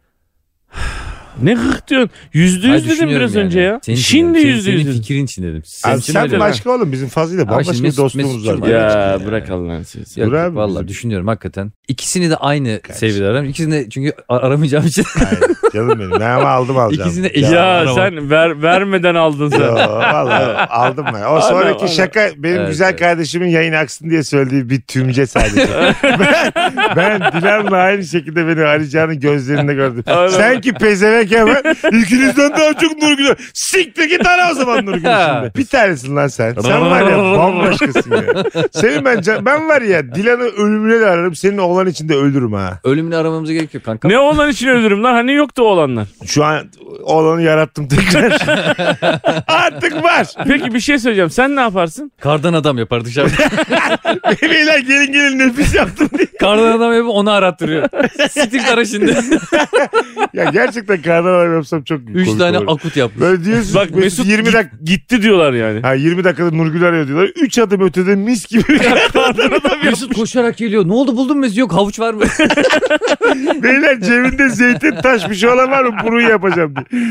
Ne hıh diyorsun? Yüzde Hayır, yüz dedim düşünüyorum biraz yani. önce ya. Senin için Şimdi dedim. Senin- yüzde Senin yüz. fikrin için dedim. Senin Abi için sen öyle. başka oğlum bizim Fazlı'yla Ama bambaşka şimdi bir Mesut- dostluğumuz Mesut'cum var. var. Ya bırak Allah'ın sizi. Yok, Dur yok, abi, Vallahi bizim- düşünüyorum hakikaten. İkisini de aynı seviyede ararım. İkisini de çünkü ar- aramayacağım için. Hayır, canım benim. Ben ama aldım alacağım. İkisini de Ya, eşit aramam. sen ver, vermeden aldın Yo, sen. vallahi aldım ben. O sonraki adam. şaka benim Evet, güzel evet. kardeşimin yayın aksın diye söylediği bir tümce sadece. ben, ben Dilan'la aynı şekilde beni arayacağını gözlerinde gördüm. Aynen. Sen ki pezevenk hemen ikinizden daha çok Nurgül'ü. Siktir git ara o zaman Nurgül'ü şimdi. Bir tanesin lan sen. Sen var ya bambaşkasın ya. Senin ben, can- ben var ya Dilan'ı ölümüne de ararım. Senin oğlan için de öldürürüm ha. Ölümünü aramamıza gerek yok kanka. ne olan için ölürüm lan? Hani yoktu olanlar. Şu an oğlanı yarattım tekrar. Artık var. Peki bir şey söyleyeceğim. Sen ne yaparsın? Kardan adam yapar dışarıda. Beyler gelin gelin nefis yaptım diye. Kardan adam yapıp onu arattırıyor. Stik ara şimdi. Ya gerçekten karnaval yapsam çok komik Üç tane olur. akut yapmış. Böyle diyorsun Bak Mesut, Mesut 20 git- dakika Gitti diyorlar yani. Ha 20 dakikada Nurgül arıyor diyorlar. 3 adım ötede mis gibi bir karnaval adam yapmış. Mesut koşarak geliyor. Ne oldu buldun mu? Mesut? Yok havuç var mı? Beyler cebinde zeytin taş bir şey olan var mı? Bunu yapacağım diye.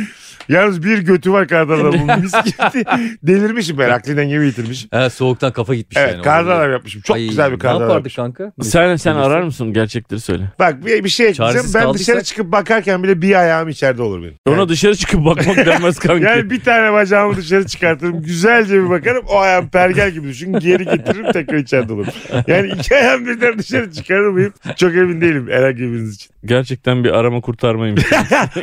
Yalnız bir götü var kardan adamın mis gibi. Delirmişim ben aklından gibi yitirmişim. He, soğuktan kafa gitmiş Evet yani. kardan Şey, Olabilir. adam yapmışım. Çok Ay, güzel bir Ne kardan adam. yapardık kanka? Sen sen arar mısın? Gerçekleri söyle. Bak bir, bir şey ekleyeceğim. Çaresiz Ben kaldıysak- dışarı çıkıp bakarken bile bir ayağım içeride olur benim. Ona Yani- dışarı çıkıp bakmak denmez kanki. Yani bir tane bacağımı dışarı çıkartırım. Güzelce bir bakarım. O ayağım pergel gibi düşün. Geri getiririm tekrar içeride olurum. Yani iki ayağım birden dışarı çıkarır mıyım? Çok emin değilim herhangi biriniz için. Gerçekten bir arama kurtarmaymış.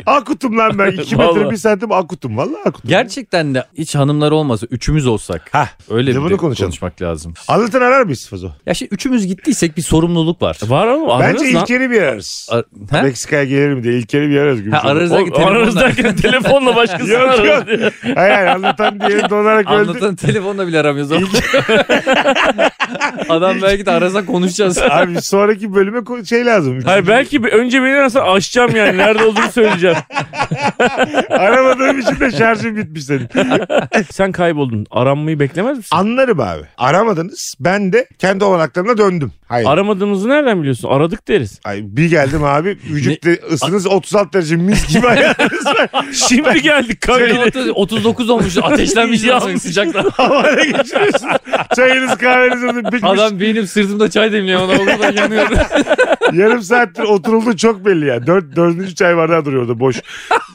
Akutum lan ben. iki metre Vallahi. bir santim akutum. Vallahi akutum. Gerçekten de hiç hanımlar olmasa üçümüz olsak. Hah, öyle biz bir bunu de konuşalım. konuşmak lazım. Anlatan arar mıyız Fazo? Ya şimdi üçümüz gittiysek bir sorumluluk var. Var oğlum ararız Bence lan. İlker'i bir ararız. Ar- He? Meksika'ya gelirim diye İlker'i bir ararız. Gibi Ha, ararız Oğlum, derken ararız telefonla. derken telefonla başkasını Yok, yok. ararız. diyor. Hayır hayır anlatan diye donarak öldü. Anlatan telefonla bile aramıyoruz. ama. Adam belki de arasa konuşacağız. Abi sonraki bölüme ko- şey lazım. Hayır belki bir- önce beni ararsan açacağım yani. Nerede olduğunu söyleyeceğim. Arama aramadığım için de şarjım bitmiş senin. Sen kayboldun. Aranmayı beklemez misin? Anlarım abi. Aramadınız. Ben de kendi olanaklarımla döndüm. Hayır. Aramadığımızı nereden biliyorsun? Aradık deriz. Ay, bir geldim abi vücutta ısınız 36 derece mis gibi ayarınız var. Şimdi geldik kaybolduk. 39 olmuş ateşlenmiş Yanmış. sıcaktan. Havaya geçiriyorsunuz. Çayınız kahveniz bitmiş. Adam benim sırtımda çay demliyor ona okulda yanıyor. Yarım saattir oturuldu çok belli ya. Dört, dördüncü çay bardağı duruyordu boş.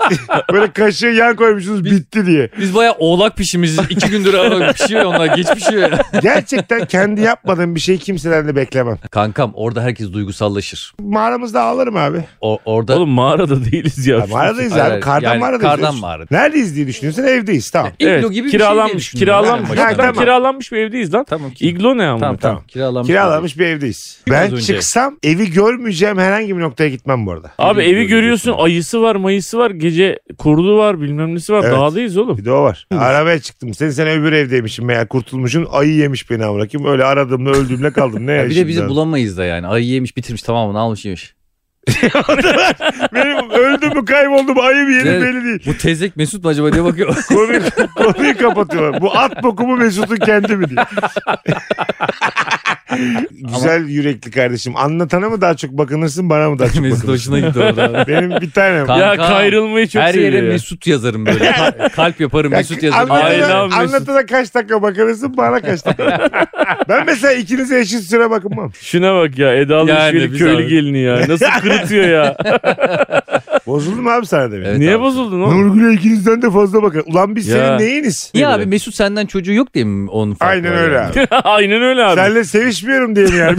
Böyle kaşığı yan koymuşsunuz bitti diye. Biz bayağı oğlak pişimiz. iki gündür oğlak pişiyor onlar geç pişiyor. Gerçekten kendi yapmadığım bir şey kimseden de beklemem. Kankam orada herkes duygusallaşır. Mağaramızda ağlarım abi. O, orada Oğlum mağarada değiliz ya. Ya mağaradayız Hayır, abi. hayır. Kardan Yani mağaradayız. kardan diyorsun. mağarada. Neredeyiz diye düşünüyorsun evdeyiz tamam. iglo Evet, gibi bir şey diye kiralanmış, düşündüm kiralanmış. ben en Hatta başta. tamam. kiralanmış bir evdeyiz lan. Tamam. İglo ne ama? Tamam tamam. Kiralanmış. Kiralamış bir evdeyiz. Ben önce. çıksam evi görmeyeceğim herhangi bir noktaya gitmem bu arada. Abi evi Görüyorsun. görüyorsun ayısı var mayısı var gece kurdu var bilmem nesi var Evet. dağdayız oğlum. Bir de o var. Arabaya çıktım. Sen sen öbür evdeymişim meğer kurtulmuşum. Ayı yemiş beni amına koyayım. Öyle aradığımda öldüğümle kaldım. Ne ya Ya bir de şey şimdi bizi ben? bulamayız da yani. Ayı yemiş bitirmiş tamamını almış yemiş. Benim öldüm mü kayboldum ayı bir yerim Evet. belli değil. Bu tezek Mesut mu acaba diye bakıyor. Konuyu, konuyu kapatıyorlar. Bu at boku mu Mesut'un kendi mi diye. Güzel yürekli kardeşim. Anlatana mı daha çok bakınırsın bana mı daha çok Mesut bakınırsın? hoşuna gitti orada. Benim bir tanem. Ka- Ya Kanka, kayrılmayı çok Her seviyor yere ya. Mesut yazarım böyle. Ka- Kalp yaparım Ya, Mesut yazarım. anlatın Aynen. ya. Anlatana, Aynen, Mesut. anlatana kaç dakika bakınırsın bana kaç dakika. ben mesela ikinize eşit süre bakınmam. Şuna bak ya Eda Alışveri biz köylü abi. gelini ya. Nasıl kırıtıyor ya. Bozuldum abi sana demin. Evet Niye abi. bozuldun oğlum? Nurgül'e ikinizden de fazla bakar. Ulan biz Ya. senin neyiniz? Niye abi Mesut senden çocuğu yok diye mi onun farkı Aynen var öyle yani? abi. Aynen öyle abi. Senle sevişmiyorum diye mi yani?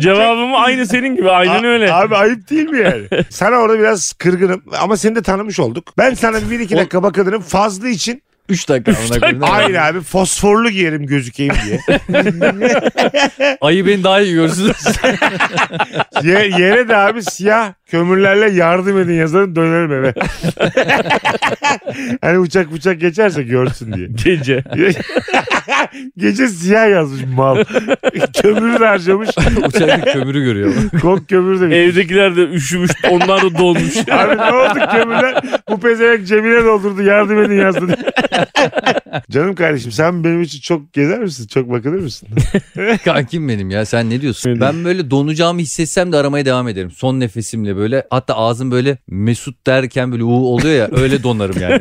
Cevabımı aynı senin gibi aynen A- öyle. Abi ayıp değil mi yani? sana orada biraz kırgınım ama seni de tanımış olduk. Ben sana bir iki dakika bakınırım fazla için. Üç dakika. amına koyayım. Aynı abi fosforlu giyerim gözükeyim diye. Ayı beni daha iyi görsün. Ye- yere de abi siyah kömürlerle yardım edin yazarım dönerim eve. hani uçak uçak geçerse görsün diye. Gece. Gece siyah yazmış mal. Kömür de harcamış. Uçakta kömürü görüyor. Kok kömür de bitmiş. Evdekiler de üşümüş. Onlar da dolmuş. Abi ne oldu kömürler? Bu pezevenk cebine doldurdu yardım edin yazdı diye. Canım kardeşim sen benim için çok gezer misin? Çok bakılır mısın? Kankim benim ya sen ne diyorsun? Benim. Ben böyle donacağımı hissetsem de aramaya devam ederim. Son nefesimle böyle hatta ağzım böyle Mesut derken böyle uuu oluyor ya öyle donarım yani.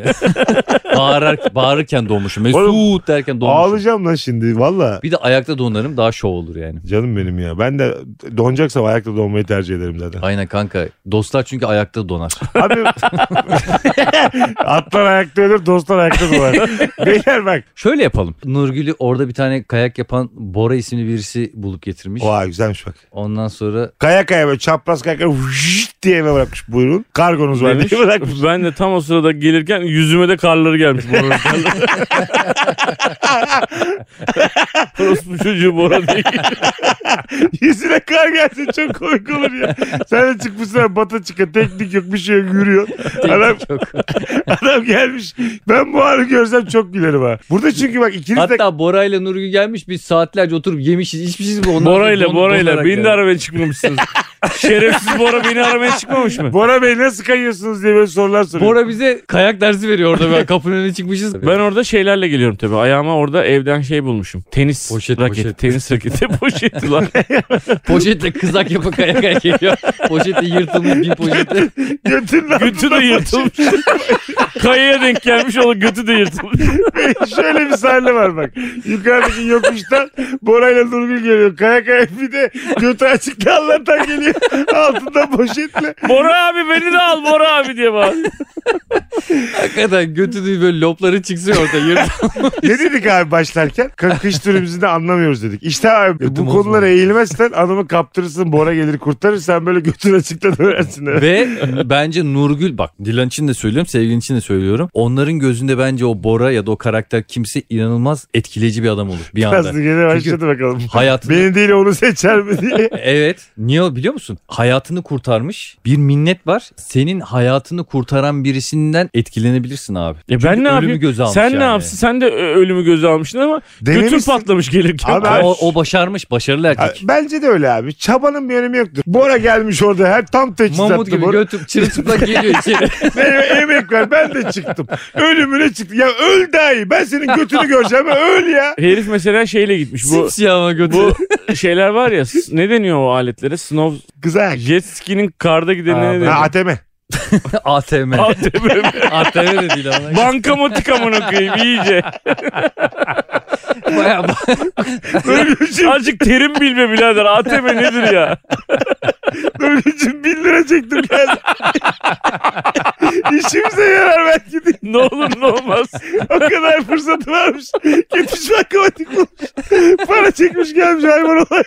Bağırar, bağırırken donmuşum. Mesut Oğlum, derken donmuşum. Ağlayacağım lan şimdi valla. Bir de ayakta donarım daha şov olur yani. Canım benim ya. Ben de donacaksam ayakta donmayı tercih ederim zaten. Aynen kanka. Dostlar çünkü ayakta donar. Abi atlar ayakta ölür dostlar ayakta dolar. Beyler bak. Şöyle yapalım. Nurgül'ü orada bir tane kayak yapan Bora isimli birisi bulup getirmiş. Oha güzelmiş bak. Ondan sonra Kaya kaya böyle çapraz kaya kaya vşşt diye eve bırakmış buyurun. Kargonuz var Demiş. diye bırakmış. Ben de tam o sırada gelirken yüzüme de karları gelmiş. Boran'ın karları. Orospu çocuğu Bora diye. Yüzüne kar gelse çok komik olur ya. Sen de çıkmışsın abi, bata çıka teknik yok bir şey yok yürüyor. Adam, yok. adam gelmiş. Ben bu anı görsem çok gülerim ha. Burada çünkü bak ikiniz de Hatta Bora ile Nurgül gelmiş biz saatlerce oturup yemişiz içmişiz. Ondan sonra Bora ile don- Bora ile donarak beni yani. de aramaya çıkmamışsınız. Şerefsiz Bora beni aramaya çıkmamış mı? Bora Bey nasıl kayıyorsunuz diye böyle sorular soruyor. Bora bize kayak dersi veriyor orada. Böyle kapının önüne çıkmışız. Ben orada şeylerle geliyorum tabii. Ayağıma orada evden şey bulmuşum. Tenis Poşet, raketi. poşet. Tenis raketi poşeti lan. poşetle kızak yapıp kayak kayak geliyor. Poşetle yırtılmış bir poşetle. Götünün Götü de altında yırtılmış. Kayaya denk gelmiş oğlum götü de yırtılmış. Şöyle bir sahne var bak. Yukarıdaki yokuştan Bora ile Nurgül geliyor. Kaya kaya bir de götü açık dallardan geliyor. Altında poşetle. Bora abi beni de al Bora abi diye bağır. Hakikaten götünü böyle lopları çıksın orada. Yırt. Ne dedik abi başlarken? Kı- Kış turizmini de anlamıyoruz dedik. İşte abi Götüm bu konulara olsun. eğilmezsen adamı kaptırırsın. Bora gelir kurtarır. Sen böyle götün açıkta dönersin. Ve bence Nurgül bak Dilan için de söylüyorum sevgilin için de söylüyorum. Onların gözünde bence o Bora ya da o karakter kimse inanılmaz etkileyici bir adam olur bir anda. Kazdı gene başladı Çünkü bakalım. hayatında- Beni değil onu seçer mi diye. Evet. Niye o biliyor musun? Hayatını kurtarmış. Bir minnet var. Senin hayatını kurtaran birisinden etkilenebilirsin abi. Ya Çünkü ben ne ölümü yapayım? göze almış sen ne yani. yapsın? Sen de ö- ölümü göze almışsın ama götün Denemişsin. patlamış gelirken. Abi, O, o başarmış. Başarılı Ha, erkek. Bence de öyle abi. Çabanın bir önemi yoktur. Bora gelmiş orada her tam teçhizatlı Mamut gibi Bora. götüp çırılçıplak geliyor içeri. Benim emek ver ben de çıktım. Ölümüne çıktım. Ya öl daha iyi. Ben senin götünü göreceğim. Öl ya. Herif mesela şeyle gitmiş. Bu Simsiyah ama götü. bu şeyler var ya s- ne deniyor o aletlere? Snow Güzel. jet ski'nin karda Ha, gidenine ne Ha, deniyor? Ateme. ATM. ATM. ATM de değil ama. Bankamatik amına koyayım iyice. Bayağı- Ölümcüm, Azıcık terim bilme birader. ATM nedir ya? ölümcüm bin lira çektim geldim. İşimize yarar belki de. Ne olur ne olmaz. O kadar fırsatı varmış. Gitmiş bankamatik bulmuş. Para çekmiş gelmiş hayvan olay.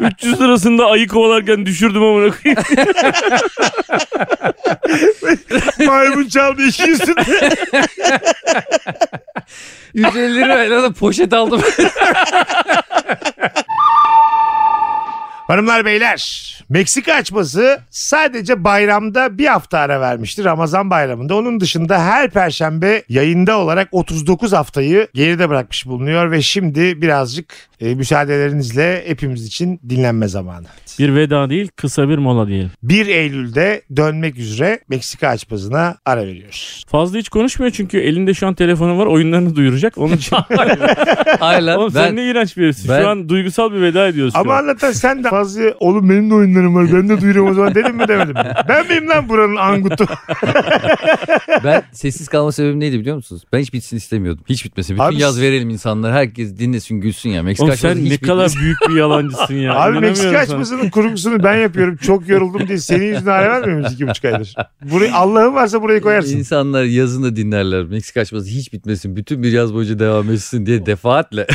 300 lirasında ayı kovalarken düşürdüm amına koyayım. Maymun çaldı 200 lira. 150 lirayla da poşet aldım. Hanımlar beyler Meksika açması sadece bayramda bir hafta ara vermişti Ramazan bayramında. Onun dışında her perşembe yayında olarak 39 haftayı geride bırakmış bulunuyor ve şimdi birazcık e, müsaadelerinizle hepimiz için dinlenme zamanı. Bir veda değil kısa bir mola diyelim. 1 Eylül'de dönmek üzere Meksika açmasına ara veriyoruz. Fazla hiç konuşmuyor çünkü elinde şu an telefonu var oyunlarını duyuracak. Onun için. Hayır lan, Oğlum sen ben, ne iğrenç birisin. ben- Şu an duygusal bir veda ediyoruz şu Ama an. anlatan sen de fazla oğlum benim de oyunlarım var ben de duyuruyorum o zaman dedim mi demedim mi? Ben miyim lan buranın angutu? ben sessiz kalma sebebim neydi biliyor musunuz? Ben hiç bitsin istemiyordum. Hiç bitmesin. Bütün Abi- yaz verelim insanlara. Herkes dinlesin gülsün ya. Meksika Oğlum açmasın, sen hiç ne bitmesin. kadar büyük bir yalancısın ya. Abi İnanamıyorum Meksika sana. açmasının kurgusunu ben yapıyorum. Çok yoruldum diye senin yüzüne ara vermiyor muyuz iki buçuk aydır? Burayı, Allah'ın varsa burayı koyarsın. İnsanlar yazın da dinlerler. Meksika açması hiç bitmesin. Bütün bir yaz boyunca devam etsin diye defaatle.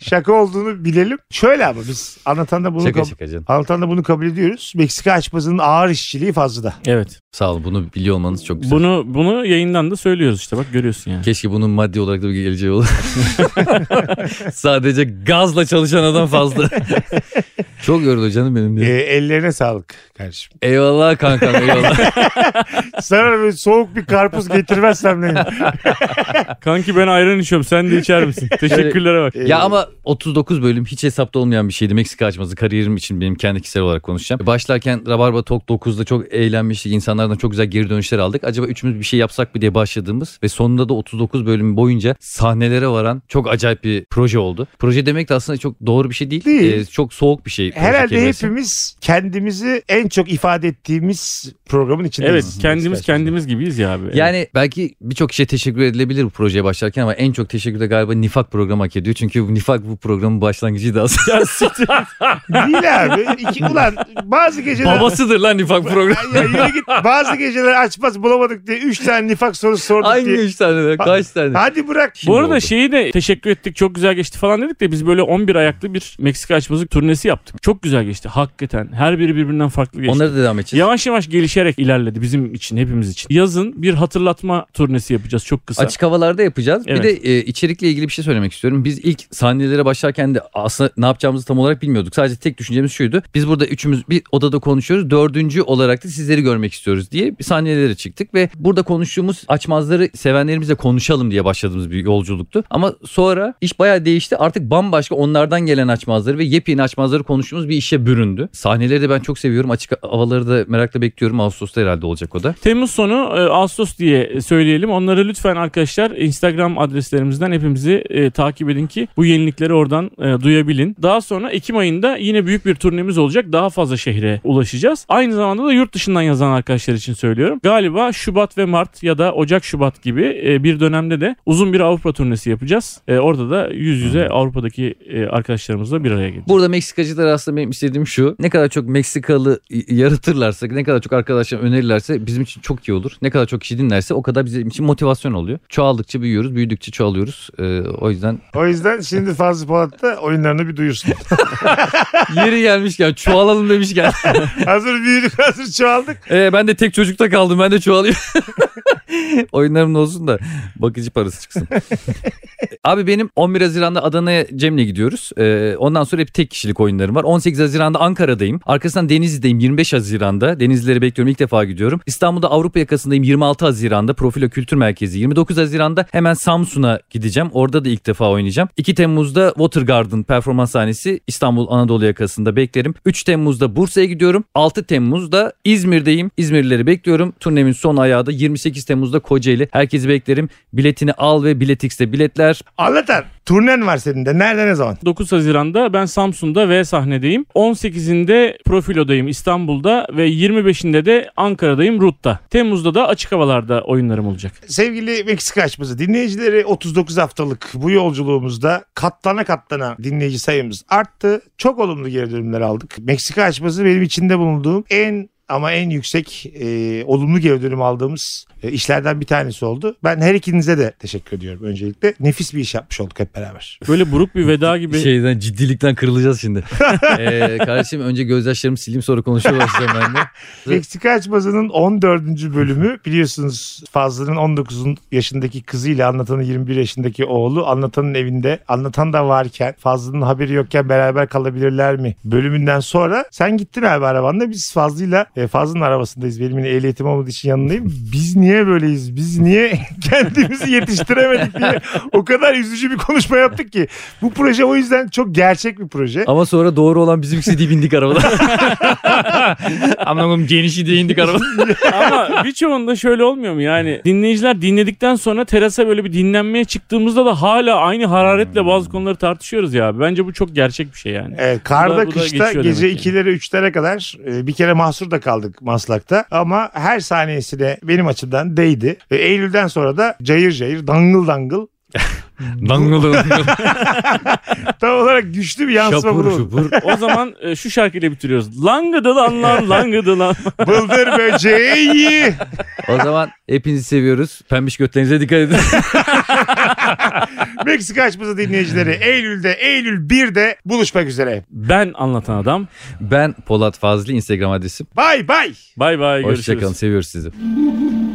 Şaka olduğunu bilelim. Şöyle ama biz anlatan da bunu, şaka kab- şaka canım. anlatan da bunu kabul ediyoruz. Meksika açmasının ağır işçiliği fazlada. Evet. Sağ olun bunu biliyor olmanız çok güzel. Bunu bunu yayından da söylüyoruz işte bak görüyorsun yani. Keşke bunun maddi olarak da bir geleceği olur. Sadece gazla çalışan adam fazla. çok yoruldu canım benim. Ee, diye. ellerine sağlık kardeşim. Eyvallah kankam eyvallah. Sana böyle soğuk bir karpuz getirmezsem neyim? Kanki ben ayran içiyorum sen de içer misin? Teşekkürlere bak. ya ama 39 bölüm hiç hesapta olmayan bir şeydi. Meksika açması kariyerim için benim kendi kişisel olarak konuşacağım. Başlarken Rabarba Talk 9'da çok eğlenmiştik. İnsanlardan çok güzel geri dönüşler aldık. Acaba üçümüz bir şey yapsak mı diye başladığımız ve sonunda da 39 bölüm boyunca sahnelere varan çok acayip bir proje oldu. Proje demek de aslında çok doğru bir şey değil. Değil. çok soğuk bir şey. proje Herhalde kelimesi. hepimiz kendimizi en çok ifade ettiğimiz programın Evet içindeyiz. kendimiz kendimiz gibiyiz ya abi. Yani belki birçok kişiye teşekkür edilebilir bu projeye başlarken ama en çok teşekkür de galiba Nifak programı hak ediyor. Çünkü Nifak bu programın başlangıcıydı aslında. Ya siktir. Değil abi. İki, ulan bazı geceler... Babasıdır lan Nifak programı. Ya yürü git. Bazı geceler açmaz bulamadık diye 3 tane nifak sorusu sorduk Hangi diye. üç tane de? Kaç tane? Hadi bırak. Bu arada oldu. şeyi de teşekkür ettik çok güzel geçti falan dedik de biz böyle 11 ayaklı bir Meksika açması turnesi yaptık. Çok güzel geçti hakikaten. Her biri birbirinden farklı geçti. Onlara da devam edeceğiz. Yavaş yavaş gelişerek ilerledi bizim için hepimiz için. Yazın bir hatırlatma turnesi yapacağız çok kısa. Açık havalarda yapacağız. Evet. Bir de e, içerikle ilgili bir şey söylemek istiyorum. Biz ilk sahnelere başlarken de aslında ne yapacağımızı tam olarak bilmiyorduk. Sadece tek düşüncemiz şuydu. Biz burada üçümüz bir odada konuşuyoruz. Dördüncü olarak da sizleri görmek istiyoruz diye bir sahnelere çıktık ve burada konuştuğumuz açmazları sevenlerimizle konuşalım diye başladığımız bir yolculuktu. Ama sonra iş bayağı değişti. Artık bambaşka onlardan gelen açmazları ve yepyeni açmazları konuştuğumuz bir işe büründü. Sahneleri de ben çok seviyorum. Açık havaları da merakla bekliyorum. Ağustos'ta herhalde olacak o da. Temmuz sonu e, Ağustos diye söyleyelim. Onları lütfen arkadaşlar Instagram adreslerimizden hepimizi e, takip edin ki bu yenilikleri oradan e, duyabilin. Daha sonra Ekim ayında yine büyük bir turnemiz olacak. Daha fazla şehre ulaşacağız. Aynı zamanda da yurt dışından yazan arkadaşlar için söylüyorum. Galiba Şubat ve Mart ya da Ocak Şubat gibi e, bir dönemde de uzun bir Avrupa turnesi yapacağız. E, orada da yüz yüze Avrupa'daki e, arkadaşlarımızla bir araya geldik. Burada Meksikacılar aslında benim istediğim şu. Ne kadar çok Meksikalı y- yaratırlarsa, ne kadar çok arkadaşlar önerirlerse bizim için çok iyi olur. Ne kadar çok kişi dinlerse o kadar bizim için motivasyon oluyor. Çoğaldıkça büyüyoruz, büyüdükçe çoğalıyoruz. Ee, o yüzden O yüzden şimdi Fazlı Polat da oyunlarını bir duyursun. yeri gelmişken, çoğalalım demişken. hazır büyüdük hazır çoğaldık. Ee, ben de tek çocukta kaldım, ben de çoğalıyorum. Oyunlarım da olsun da bakıcı parası çıksın. Abi benim 11 Haziran'da Adana'ya Cem'le gidiyoruz. Ee, ondan sonra hep tek kişilik oyunlarım var. 18 Haziran'da Ankara'dayım. Arkasından Denizli'deyim 25 Haziran'da. Denizlileri bekliyorum ilk defa gidiyorum. İstanbul'da Avrupa yakasındayım 26 Haziran'da. Profilo Kültür Merkezi 29 Haziran'da hemen Samsun'a gideceğim. Orada da ilk defa oynayacağım. 2 Temmuz'da Water Garden performans sahnesi İstanbul Anadolu yakasında beklerim. 3 Temmuz'da Bursa'ya gidiyorum. 6 Temmuz'da İzmir'deyim. İzmirlileri bekliyorum. Turnemin son ayağı da 28 Temmuz'da Kocaeli. Herkesi beklerim. Biletini al ve Biletix'te biletler. Anlatan turnen var senin de. Nerede ne zaman? 9 Haziran'da ben Samsun'da V sahnedeyim. 18'inde Profilo'dayım İstanbul'da ve 25'inde de Ankara'dayım RUT'ta. Temmuz'da da açık havalarda oyunlarım olacak. Sevgili Meksika açması dinleyicileri 39 haftalık bu yolculuğumuzda katlana katlana dinleyici sayımız arttı. Çok olumlu geri dönümler aldık. Meksika açması benim içinde bulunduğum en ama en yüksek e, olumlu geri dönüm aldığımız e, işlerden bir tanesi oldu. Ben her ikinize de teşekkür ediyorum öncelikle. Nefis bir iş yapmış olduk hep beraber. Böyle buruk bir veda gibi. Şeyden ciddilikten kırılacağız şimdi. ee, kardeşim önce gözyaşlarımı sileyim sonra konuşuyoruz size ben de. Meksika açmasının 14. bölümü biliyorsunuz Fazlı'nın 19 yaşındaki kızıyla anlatanın 21 yaşındaki oğlu anlatanın evinde anlatan da varken Fazlı'nın haberi yokken beraber kalabilirler mi bölümünden sonra sen gittin abi arabanla biz Fazlı'yla e, Fazlı'nın arabasındayız benim yine ehliyetim olmadığı için yanındayım biz niye böyleyiz biz niye kendimizi yetiştiremedik diye o kadar üzücü bir konuşma yaptık ki bu proje o yüzden çok gerçek bir proje Ama sonra doğru olan bizim istediği bindik arabadan. Aman oğlum genişi diye indik arabadan. Ama birçoğunda şöyle olmuyor mu yani dinleyiciler dinledikten sonra terasa böyle bir dinlenmeye çıktığımızda da hala aynı hararetle bazı konuları tartışıyoruz ya. Bence bu çok gerçek bir şey yani. Evet, E, karda Bu da- bu da kışta geçiyor gece demek ki. 2'lere 3'lere kadar e, bir kere mahsur da kaldık Maslak'ta ama her saniyesine benim açımdan değdi. Ve Eylül'den sonra da cayır cayır dangıl dangıl Dangıl dangıl. tam olarak güçlü bir yansıma Şapur bulundu. şupur. O zaman e, şu şarkıyla bitiriyoruz. Langıdılan lan langıdılan. Bıldır böceği. O zaman hepinizi seviyoruz. Pembiş götlerinize dikkat edin. Meksika açması dinleyicileri Eylül'de Eylül 1'de buluşmak üzere. Ben anlatan adam. Ben Polat Fazlı Instagram adresim. Bay bay. Bay bay görüşürüz. Hoşçakalın seviyoruz sizi.